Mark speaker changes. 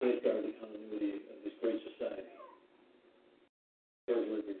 Speaker 1: safeguard the continuity of this great society. Here's Liberia.